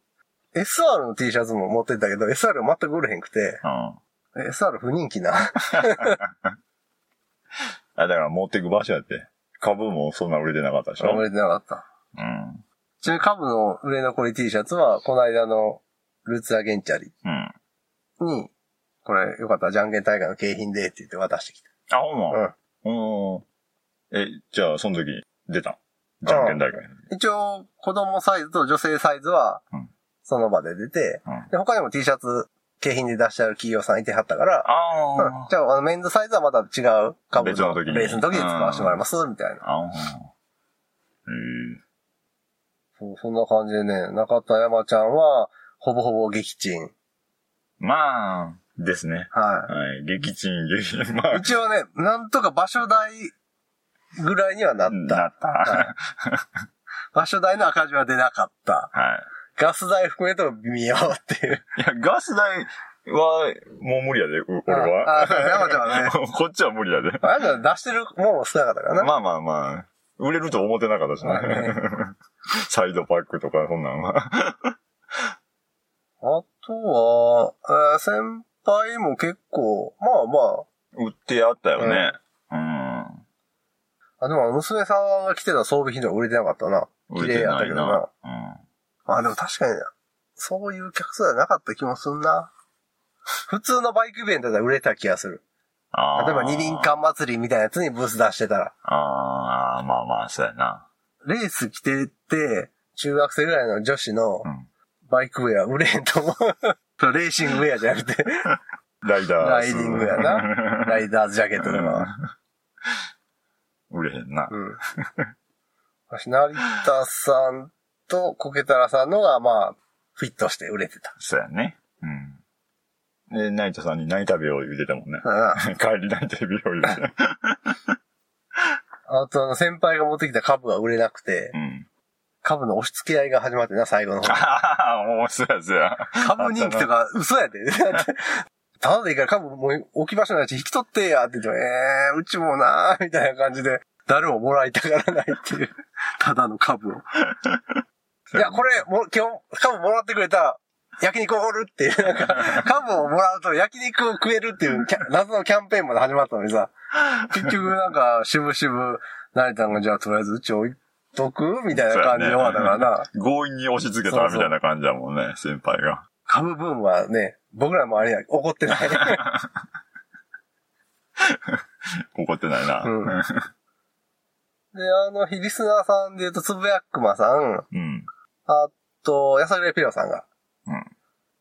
[SPEAKER 1] SR の T シャツも持ってったけど、SR 全く売れへんくて、
[SPEAKER 2] うん。あ、
[SPEAKER 1] SR 不人気な。
[SPEAKER 2] (laughs) だから持ってく場所やって。株もそんな売れてなかったでしょ
[SPEAKER 1] 売れてなかった。
[SPEAKER 2] うん。
[SPEAKER 1] ちなみに株の売れ残り T シャツは、この間のルーツアゲンチャリ
[SPEAKER 2] うん。あ、
[SPEAKER 1] に、これよかったらじゃんけん大会の景品でって言って渡してきた。
[SPEAKER 2] ほんま。うん。え、じゃあ、その時、出たんじゃんけん大会。
[SPEAKER 1] うん。一応、子供サイズと女性サイズは
[SPEAKER 2] うん、
[SPEAKER 1] その場で出て、
[SPEAKER 2] うん。
[SPEAKER 1] で、他にも T シャツ景品で出してある企業さんいてはったから、うん
[SPEAKER 2] あ
[SPEAKER 1] じゃあ、あの、メンズサイズはまた違う株
[SPEAKER 2] 別の時に
[SPEAKER 1] ベースの時に使わせてもらいます、みたいな。
[SPEAKER 2] あ。ああ。え
[SPEAKER 1] そう、そんな感じでね、中田山ちゃんは、ほぼほぼ撃沈。
[SPEAKER 2] えまあ、ですね。
[SPEAKER 1] は
[SPEAKER 2] はい。激鎮、激鎮。ま
[SPEAKER 1] い。
[SPEAKER 2] あ、
[SPEAKER 1] 一応ね、なんとか場所代ぐらいにはなった。
[SPEAKER 2] なった。は
[SPEAKER 1] 場所代の赤字は出なかった。ガス代含めても微妙っていう。
[SPEAKER 2] い。いや、ガス代は、もう無理やで、う俺
[SPEAKER 1] あ
[SPEAKER 2] は
[SPEAKER 1] あ、。そう山ちゃん
[SPEAKER 2] (laughs)
[SPEAKER 1] はね。
[SPEAKER 2] こっちは無理やで。
[SPEAKER 1] あれ出してるもんも少なかったからな。
[SPEAKER 2] まあまあまあ、売れると思ってなかったし
[SPEAKER 1] まあね
[SPEAKER 2] ね。 (laughs) サイドパックとか、そんなんは。
[SPEAKER 1] あとは、えー先輩も結構、まあま
[SPEAKER 2] 売ってあったよね。うん。
[SPEAKER 1] あ、あでも娘さんが来てた装備品とか売れてなかったな。
[SPEAKER 2] 売れてない
[SPEAKER 1] 綺麗やっ
[SPEAKER 2] な。うん。
[SPEAKER 1] まあでも確かに、そういう客数はなかった気もすんな。普通のバイクイベントで売れた気がする。
[SPEAKER 2] あー
[SPEAKER 1] 例えば二輪。館祭りみたいなやつにブース出してたら。
[SPEAKER 2] ああ、まあまあ、そうやな。
[SPEAKER 1] レース着てて、中学生ぐらいの女子の
[SPEAKER 2] うん
[SPEAKER 1] バイクウェア売れへんと思う。レーシングウェアじゃな
[SPEAKER 2] (laughs)
[SPEAKER 1] くて、
[SPEAKER 2] ライダー。
[SPEAKER 1] ライディングや
[SPEAKER 2] (laughs)
[SPEAKER 1] な。ライダーズジャケットとか。
[SPEAKER 2] うん売れへんな。
[SPEAKER 1] うん。私、成田さんとコケタラさんのが、まあ、フィットして売れてた。
[SPEAKER 2] そうやね。うん。で、ナイトさんに何食べよう言ってたもんね。 (laughs)
[SPEAKER 1] うん
[SPEAKER 2] 帰り何食べよう言ってた。
[SPEAKER 1] あと、あの、先輩が持ってきた株が売れなくて、
[SPEAKER 2] うん。
[SPEAKER 1] 株の押し付け合いが始まってな、最後の方。
[SPEAKER 2] ああ、面白いやつや。
[SPEAKER 1] 株人気と (laughs) か嘘やで。ただでいいから株もう置き場所ないし引き取ってやって言っても、えー、うちもなー、みたいな感じで、誰ももらいたがらないっていう、 (laughs) ただの株 (laughs) を。いや、これ、も今日、株もらってくれた、焼肉おごるっていう、なん (laughs) か、株をもらうと焼肉を食えるっていうキャ謎のキャンペーンまで始まったのにさ、結局なんか、渋々、成田がじゃあとりあえずうち置いとくみたいな感じで終わったからな。
[SPEAKER 2] 強引に押し付けたみたいな感じだもんね、先輩が。
[SPEAKER 1] 株ブームはね、僕らもあれや、怒ってない。
[SPEAKER 2] 怒ってないな。 (laughs)
[SPEAKER 1] うんで、あの、リスナーさんで言うと、つぶやくまさん、
[SPEAKER 2] うん。
[SPEAKER 1] あと、やさぐれピロさんが
[SPEAKER 2] うん。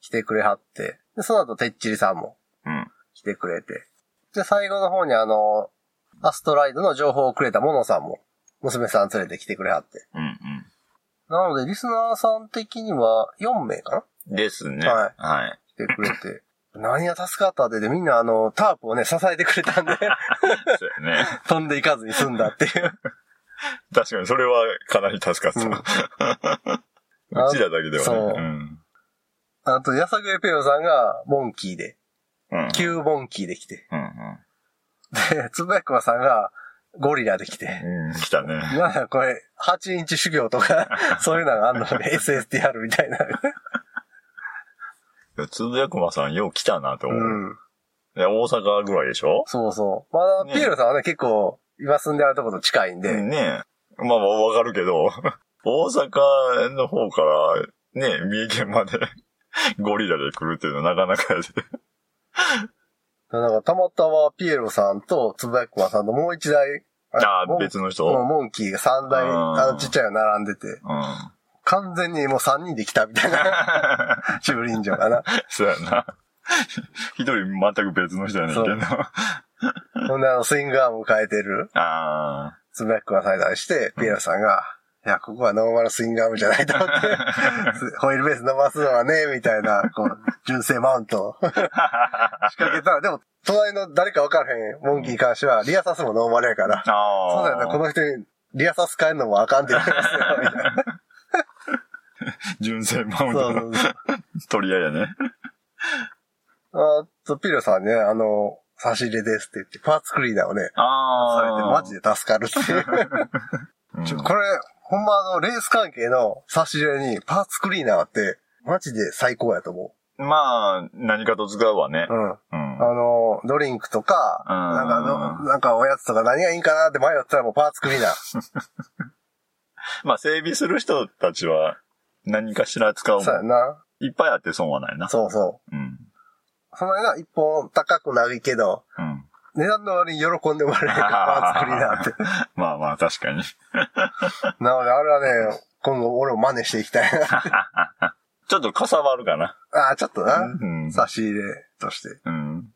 [SPEAKER 1] 来てくれはって、で、その後、てっちりさんも
[SPEAKER 2] うん。
[SPEAKER 1] 来てくれて、で、最後の方にあの、アストライドの情報をくれたモノさんも、娘さん連れて来てくれはって。
[SPEAKER 2] うん。うん。
[SPEAKER 1] なので、リスナーさん的には4名かな
[SPEAKER 2] ですね。。
[SPEAKER 1] はい
[SPEAKER 2] はい。
[SPEAKER 1] 来てくれて。 (laughs) 何が助かったって、で、みんなあの、タープをね、支えてくれたんで、 (laughs)
[SPEAKER 2] そうやね。
[SPEAKER 1] 飛んでいかずに済んだっていう。
[SPEAKER 2] 確かに、それはかなり助かった。
[SPEAKER 1] う
[SPEAKER 2] うん (laughs) ちらだけではね。
[SPEAKER 1] そう
[SPEAKER 2] うん。
[SPEAKER 1] あと、やさぐれペロさんが、モンキーで、
[SPEAKER 2] うん。
[SPEAKER 1] 旧モンキーで来て。 (laughs)
[SPEAKER 2] うん。
[SPEAKER 1] で、つぶやくまさんが、ゴリラで来て。
[SPEAKER 2] うん。うん。来たね。
[SPEAKER 1] なんかこれ、8インチ修行と
[SPEAKER 2] (laughs)
[SPEAKER 1] か、そういうのがあんのね、SSTR みたいな。
[SPEAKER 2] つぶやくまさん、よう来たなと
[SPEAKER 1] う
[SPEAKER 2] (laughs) 思う。
[SPEAKER 1] ん。
[SPEAKER 2] で大阪ぐらいでしょ
[SPEAKER 1] そうそう。まだ、
[SPEAKER 2] ね
[SPEAKER 1] ピエロさんはね、結構、今住んであるところと近いんで、
[SPEAKER 2] ねえ。まあまあ、わかるけど、 (laughs) 大阪の方から、ねえ、三重県まで、 (laughs) ゴリラで来るっていうのはなかなかやで。
[SPEAKER 1] なんかたまたまピエロさんとつぶやくまさんのもう一台、
[SPEAKER 2] あ
[SPEAKER 1] モ
[SPEAKER 2] あ、
[SPEAKER 1] ン
[SPEAKER 2] 別の人
[SPEAKER 1] もう
[SPEAKER 2] うん。 (laughs)
[SPEAKER 1] モンキーが3台、
[SPEAKER 2] うん
[SPEAKER 1] あのちっちゃいの並んでて、完全にもう3人で来たみたいな、 (laughs) 駐輪場かな。
[SPEAKER 2] そうやな。 (laughs) 一人全く別の人やねんけど。あ
[SPEAKER 1] ほんであの、スイングアームを変えてる
[SPEAKER 2] (laughs) あ
[SPEAKER 1] つぶやくまさんに対して、ピエロさんが、いや、ここはノーマルスイングアームじゃないと思って、 (laughs) ホイールベース伸ばすのはね、みたいな、 (laughs) こう、純正マウントを仕掛けたら、でも、隣の誰か分からへんモンキーに関しては、リアサスもノーマルやから
[SPEAKER 2] ー。、 (laughs) ああ。
[SPEAKER 1] そうだよね、この人にリアサス変えるのもあかんって言われますよ、みたいな。
[SPEAKER 2] 純正マウ
[SPEAKER 1] (laughs) そう
[SPEAKER 2] ント
[SPEAKER 1] そ
[SPEAKER 2] の
[SPEAKER 1] うそう。
[SPEAKER 2] 取り合いやね。
[SPEAKER 1] あと、ピエロさんね、あの、差し入れですって言って、パーツクリーナーをね、
[SPEAKER 2] あ
[SPEAKER 1] されて、マジで助かるっていう。
[SPEAKER 2] うん
[SPEAKER 1] ちょこれ、ほんまあの、レース関係の差し入れにパーツクリーナーって、マジで最高やと思
[SPEAKER 2] まあ、何かと使うわね
[SPEAKER 1] う。う。ん。あ
[SPEAKER 2] うん。
[SPEAKER 1] の、ドリンクとか、
[SPEAKER 2] うん
[SPEAKER 1] なんかの、なんかおやつとか何がいいんかなって迷ったらもうパーツクリーナー。
[SPEAKER 2] まあ、整備する人たちは何かしら使うも
[SPEAKER 1] そうや
[SPEAKER 2] ん。
[SPEAKER 1] な。
[SPEAKER 2] いっぱいあって損はないな。
[SPEAKER 1] そうそ
[SPEAKER 2] うん。
[SPEAKER 1] う。その間、一本高くないけど、
[SPEAKER 2] うん。
[SPEAKER 1] 値段の割に喜んでもらえるパーツクリーナー
[SPEAKER 2] (laughs)
[SPEAKER 1] って。
[SPEAKER 2] まあまあ、確かに。 (laughs)
[SPEAKER 1] なので、あれはね、今後俺も真似していきたいな。
[SPEAKER 2] ちょっとかさばるかな。
[SPEAKER 1] ああ、ちょっとな。
[SPEAKER 2] うん。
[SPEAKER 1] 差し入れとして。
[SPEAKER 2] うん。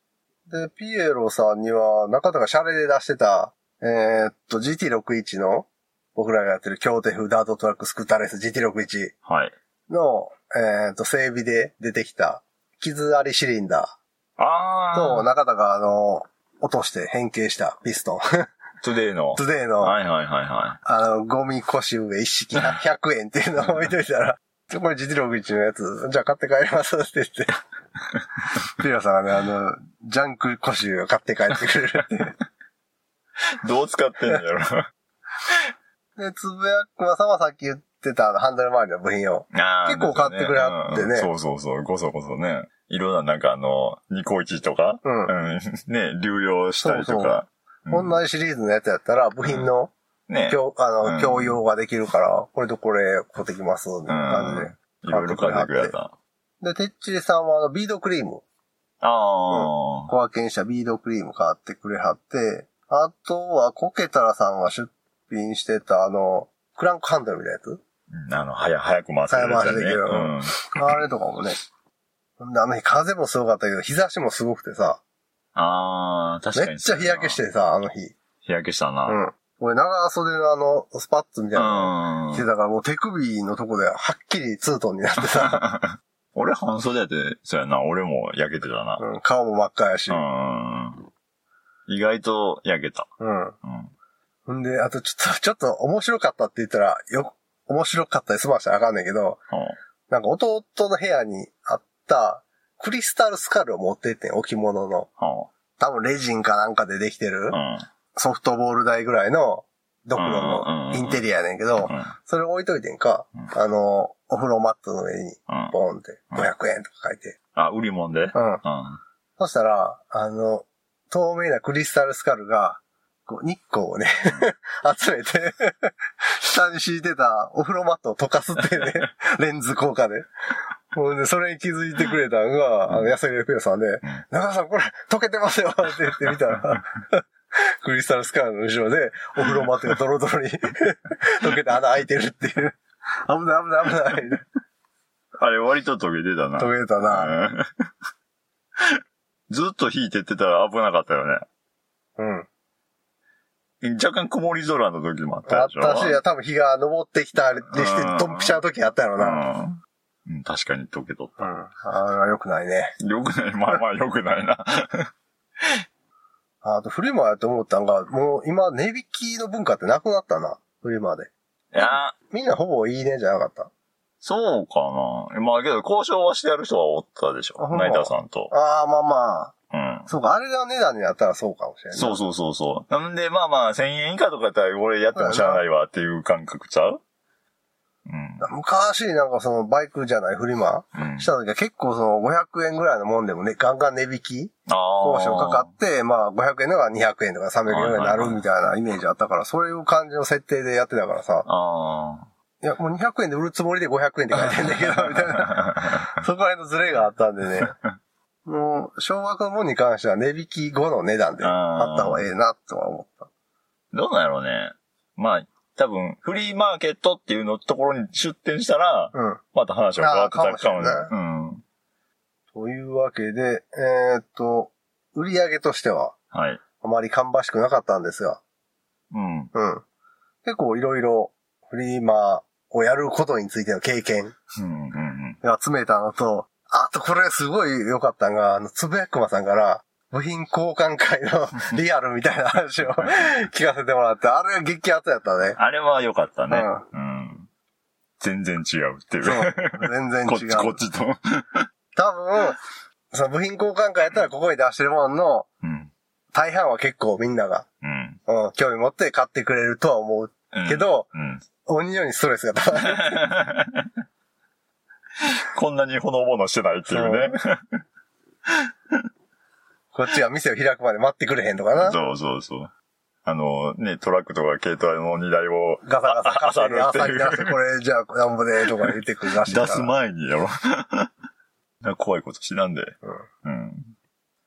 [SPEAKER 1] で、ピエロさんには、中田がシャレで出してた、えーっと、GT61 の、僕らがやってる京手風ダートトラックスクーターレース GT61
[SPEAKER 2] はい。
[SPEAKER 1] の、えーっと、整備で出てきた、傷ありシリンダ
[SPEAKER 2] あ
[SPEAKER 1] ーと、
[SPEAKER 2] あ。
[SPEAKER 1] 中田があの、落として変形したピストン。
[SPEAKER 2] トゥデイの。
[SPEAKER 1] トゥデイの、
[SPEAKER 2] はいはいはいは
[SPEAKER 1] あの、ゴミ腰上一式100円って
[SPEAKER 2] (laughs)
[SPEAKER 1] いうのを見といたら、これ GT61 のやつ、じゃあ買って帰りますって言
[SPEAKER 2] (laughs)
[SPEAKER 1] って。ピエロさんがね、あの、ジャンク腰上を買って帰ってくれるっていう。
[SPEAKER 2] い。どう使ってんのやろ。
[SPEAKER 1] で、つぶやくまさんはさっき言ってたあのハンドル周りの部品を。
[SPEAKER 2] あ
[SPEAKER 1] (laughs)
[SPEAKER 2] ー
[SPEAKER 1] 結構買ってくれはってね
[SPEAKER 2] うんそうそうそう、ごそごそね。いろんななんかあの、ニコイチとか、
[SPEAKER 1] うん
[SPEAKER 2] んね、流用したりとか。うん
[SPEAKER 1] 同じシリーズのやつやったら、部品の
[SPEAKER 2] ね。
[SPEAKER 1] 共,、あ
[SPEAKER 2] う
[SPEAKER 1] の
[SPEAKER 2] ん
[SPEAKER 1] 共用ができるから、これとこれ買ってきます、みたいな感じ
[SPEAKER 2] うん。いろいろ買ってくれた。
[SPEAKER 1] で。で、てっちりさんはあのビードクリーム、
[SPEAKER 2] ああ。
[SPEAKER 1] 小分けにしたビードクリーム買ってくれはって、あとはコケタラさんが出品してたあの、クランクハンドルみたいなやつ
[SPEAKER 2] うんあの、早、早く回せるや
[SPEAKER 1] 早
[SPEAKER 2] つ
[SPEAKER 1] 回しでき
[SPEAKER 2] ね。
[SPEAKER 1] る
[SPEAKER 2] うん。
[SPEAKER 1] あれとかもね。 (laughs) ほんであの日風もすごかったけど、日差しもすごくてさ、
[SPEAKER 2] ああ、確かに。
[SPEAKER 1] めっちゃ日焼けし。てさ、あの日。
[SPEAKER 2] 日焼けしたな。
[SPEAKER 1] うん。俺、長袖のあの、スパッツみたいなの
[SPEAKER 2] う
[SPEAKER 1] 着
[SPEAKER 2] ん (laughs)
[SPEAKER 1] てたから、もう手首のとこではっきりツートンになってさ、
[SPEAKER 2] 俺、ほ半袖やって、そうやな、俺も焼けてたな。
[SPEAKER 1] うん、顔も真っ赤やし。
[SPEAKER 2] うん。意外と焼けた。
[SPEAKER 1] うん。
[SPEAKER 2] うん。
[SPEAKER 1] ほんで、あとちょっと、ちょっと面白かったって言ったら、よ、面白かったで済ましたらあかんねんけど、なんか弟の部屋にあった、クリスタルスカルを持ってってん、置物の。
[SPEAKER 2] う
[SPEAKER 1] 多分レジンかなんかでできてる、
[SPEAKER 2] ん。うん。
[SPEAKER 1] ソフトボール台ぐらいの、ドクロ
[SPEAKER 2] うんうんうんう
[SPEAKER 1] の
[SPEAKER 2] ん
[SPEAKER 1] インテリアやねんけど、
[SPEAKER 2] うん。
[SPEAKER 1] それ置いといてんか、
[SPEAKER 2] うん
[SPEAKER 1] あの、お風呂マットの上に、
[SPEAKER 2] うん。
[SPEAKER 1] ボンって、
[SPEAKER 2] うん
[SPEAKER 1] 500円とか書いて。
[SPEAKER 2] あ、売り物で
[SPEAKER 1] うん。
[SPEAKER 2] うん。
[SPEAKER 1] そしたら、あの、透明なクリスタルスカルが、こう、日光をね、集めて、下に敷いてたお風呂マットを溶かすって (laughs) いうね、レンズ効果で。ほんで、それに気づいてくれたのが、あの、安井レフェさんで、中田さんこれ溶けてますよって言ってみた (laughs) ら、クリスタルスカルの後ろで、お風呂マットがドロドロ (laughs) に溶けて穴開いてるっていう。危ない危ない危ない。
[SPEAKER 2] あれ割と溶けてたな。
[SPEAKER 1] 溶けてたな。
[SPEAKER 2] うん (laughs) ずっと引いてってたら危なかったよ
[SPEAKER 1] うん。
[SPEAKER 2] ね。若干曇り空の時もあったでしょ。
[SPEAKER 1] 私は多分日が昇ってきたりして
[SPEAKER 2] うん、
[SPEAKER 1] ドンピシャの時やったやろな。
[SPEAKER 2] うん。うん、確かに溶けとっ
[SPEAKER 1] うん。あれは良くないね。
[SPEAKER 2] (laughs) た。よくない、まあまあよくないな。
[SPEAKER 1] あと、フリマやと思ったんが、もう今、値引きの文化ってなくなったな。フリマで。
[SPEAKER 2] (laughs) いや、
[SPEAKER 1] みんなほぼいいねじゃなかった。
[SPEAKER 2] そうかな。まあけど、交渉はしてやる人はおったでし
[SPEAKER 1] あ
[SPEAKER 2] ょ
[SPEAKER 1] ほ。んま
[SPEAKER 2] 成田さんと。
[SPEAKER 1] ああ、まあまあ。
[SPEAKER 2] うん。
[SPEAKER 1] そうか、あれが値段になったらそうかもしれない。
[SPEAKER 2] そうそうそうそう。なんで、まあまあ、1000円以下とかやったら、俺やってもしゃあないわっていう感覚ちゃううん。
[SPEAKER 1] 昔なんかそのバイクじゃないフリマ
[SPEAKER 2] うん
[SPEAKER 1] した時は結構その500円ぐらいのもんでもね、ガンガン値引き
[SPEAKER 2] あ
[SPEAKER 1] 交渉かかって、まあ500円のが200円とか300円になるみたいなイメージあったから、そういう感じの設定でやってたからさ。
[SPEAKER 2] あ
[SPEAKER 1] いや、もう200円で売るつもりで500円って書いてんだけど、みたいな。
[SPEAKER 2] あ。
[SPEAKER 1] そこら辺のズレがあったんでね。もう、少額のもんに関しては値引き後の値段であった方がええな、とは思っ
[SPEAKER 2] どうなんやろうね。まあ、多分、フリーマーケットっていうのところに出店したら、
[SPEAKER 1] た。うん。
[SPEAKER 2] また話は変わってたかもね
[SPEAKER 1] あー。
[SPEAKER 2] うん。
[SPEAKER 1] というわけで、えーっと、売り上げとしては、
[SPEAKER 2] はい。
[SPEAKER 1] あまり芳しくなかったんですが、
[SPEAKER 2] うん。
[SPEAKER 1] うん。結構いろいろ、フリーマーをやることについての経験
[SPEAKER 2] うんうんうん。
[SPEAKER 1] が詰めたのと、あとこれすごい良かったのが、あの、つぶやくまさんから、部品交換会
[SPEAKER 2] (laughs)
[SPEAKER 1] のリアルみたいな話を (laughs) 聞かせてもらって、あれが激アツやったね。
[SPEAKER 2] あれは良かったね。
[SPEAKER 1] う
[SPEAKER 2] うん。全然違うっていう。
[SPEAKER 1] そう。全然違
[SPEAKER 2] (laughs) こっち、こっ
[SPEAKER 1] う。
[SPEAKER 2] ちと。
[SPEAKER 1] 多分、その部品交換会やったらここに出してるものの、
[SPEAKER 2] うん。
[SPEAKER 1] 大半は結構みんなが、
[SPEAKER 2] うん。
[SPEAKER 1] うん、興味持って買ってくれるとは思う
[SPEAKER 2] うん
[SPEAKER 1] け、ど、
[SPEAKER 2] うん。 (laughs)
[SPEAKER 1] 鬼のようにストレスがたまる。
[SPEAKER 2] こんなにほのぼのしてないっていうね。
[SPEAKER 1] こっちが店を開くまで待ってくれへんとかな。
[SPEAKER 2] そうそうそう。あの、ね、トラックとか軽トラの荷台を
[SPEAKER 1] ガサガサ
[SPEAKER 2] あ
[SPEAKER 1] カサで
[SPEAKER 2] あ
[SPEAKER 1] 朝
[SPEAKER 2] 漁る
[SPEAKER 1] に
[SPEAKER 2] っ
[SPEAKER 1] 出
[SPEAKER 2] て
[SPEAKER 1] し
[SPEAKER 2] いう
[SPEAKER 1] て、これじゃあなんぼでとか言ってくるらしいから。
[SPEAKER 2] 出す前にやろ。なんか (laughs) 怖いことしなんで。うん。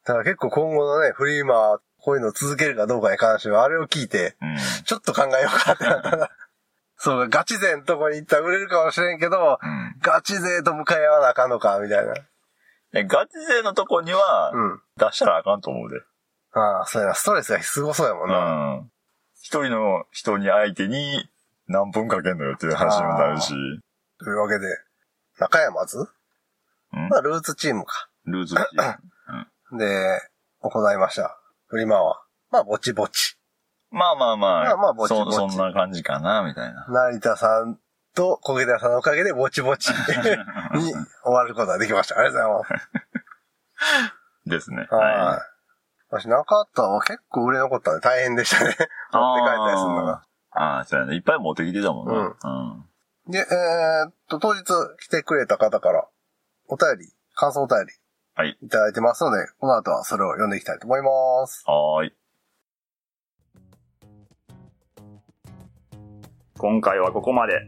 [SPEAKER 1] ただ結構今後のね、フリーマー、こういうのを続けるかどうかに関しては、あれを聞いて、
[SPEAKER 2] うん。
[SPEAKER 1] ちょっと考えようかってなったな (laughs) そうか、ガチ勢のとこに行ったら売れるかもしれんけど、
[SPEAKER 2] うん。
[SPEAKER 1] ガチ勢と向かい合わなあかんのか、みたいな。
[SPEAKER 2] でガチ勢のとこには、
[SPEAKER 1] うん。
[SPEAKER 2] 出したらあかんと思うで。
[SPEAKER 1] ああ、そうやな、ストレスがすごそうやも
[SPEAKER 2] うん
[SPEAKER 1] な。
[SPEAKER 2] ん。一人の人に相手に何分かけんのよっていう話にもなるし、
[SPEAKER 1] というわけで、中山津
[SPEAKER 2] うん
[SPEAKER 1] まあ、ルーツチームか。
[SPEAKER 2] ルーズキー。
[SPEAKER 1] で、行いました。フリマーは。まあ、ぼちぼち。
[SPEAKER 2] まあま
[SPEAKER 1] ま
[SPEAKER 2] あま
[SPEAKER 1] あ
[SPEAKER 2] あ、
[SPEAKER 1] まあぼちぼち
[SPEAKER 2] そそんな感じかな、みたいな。
[SPEAKER 1] 成田さんと小桁さんのおかげで、ぼち
[SPEAKER 2] (laughs)
[SPEAKER 1] ぼちに終わることができました。ありがとうございます。
[SPEAKER 2] ですね。。
[SPEAKER 1] はいい。私、中田は結構売れ残ったんで大変でしたね。 (laughs) 持って帰ったりするのが。
[SPEAKER 2] ああ、そうやね。いっぱい持ってきてたもんな。
[SPEAKER 1] うん
[SPEAKER 2] うん。
[SPEAKER 1] で、えーっと、当日来てくれた方から、お便り、感想お便り、
[SPEAKER 2] はい。
[SPEAKER 1] いただいてますので、この後はそれを読んでいきたいと思います。
[SPEAKER 2] はーい。
[SPEAKER 3] 今回はここまで。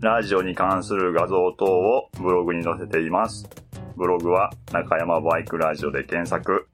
[SPEAKER 3] ラジオに関する画像等をブログに載せています。ブログは中山バイクラジオで検索、